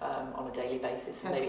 um, daily basis, Has- maybe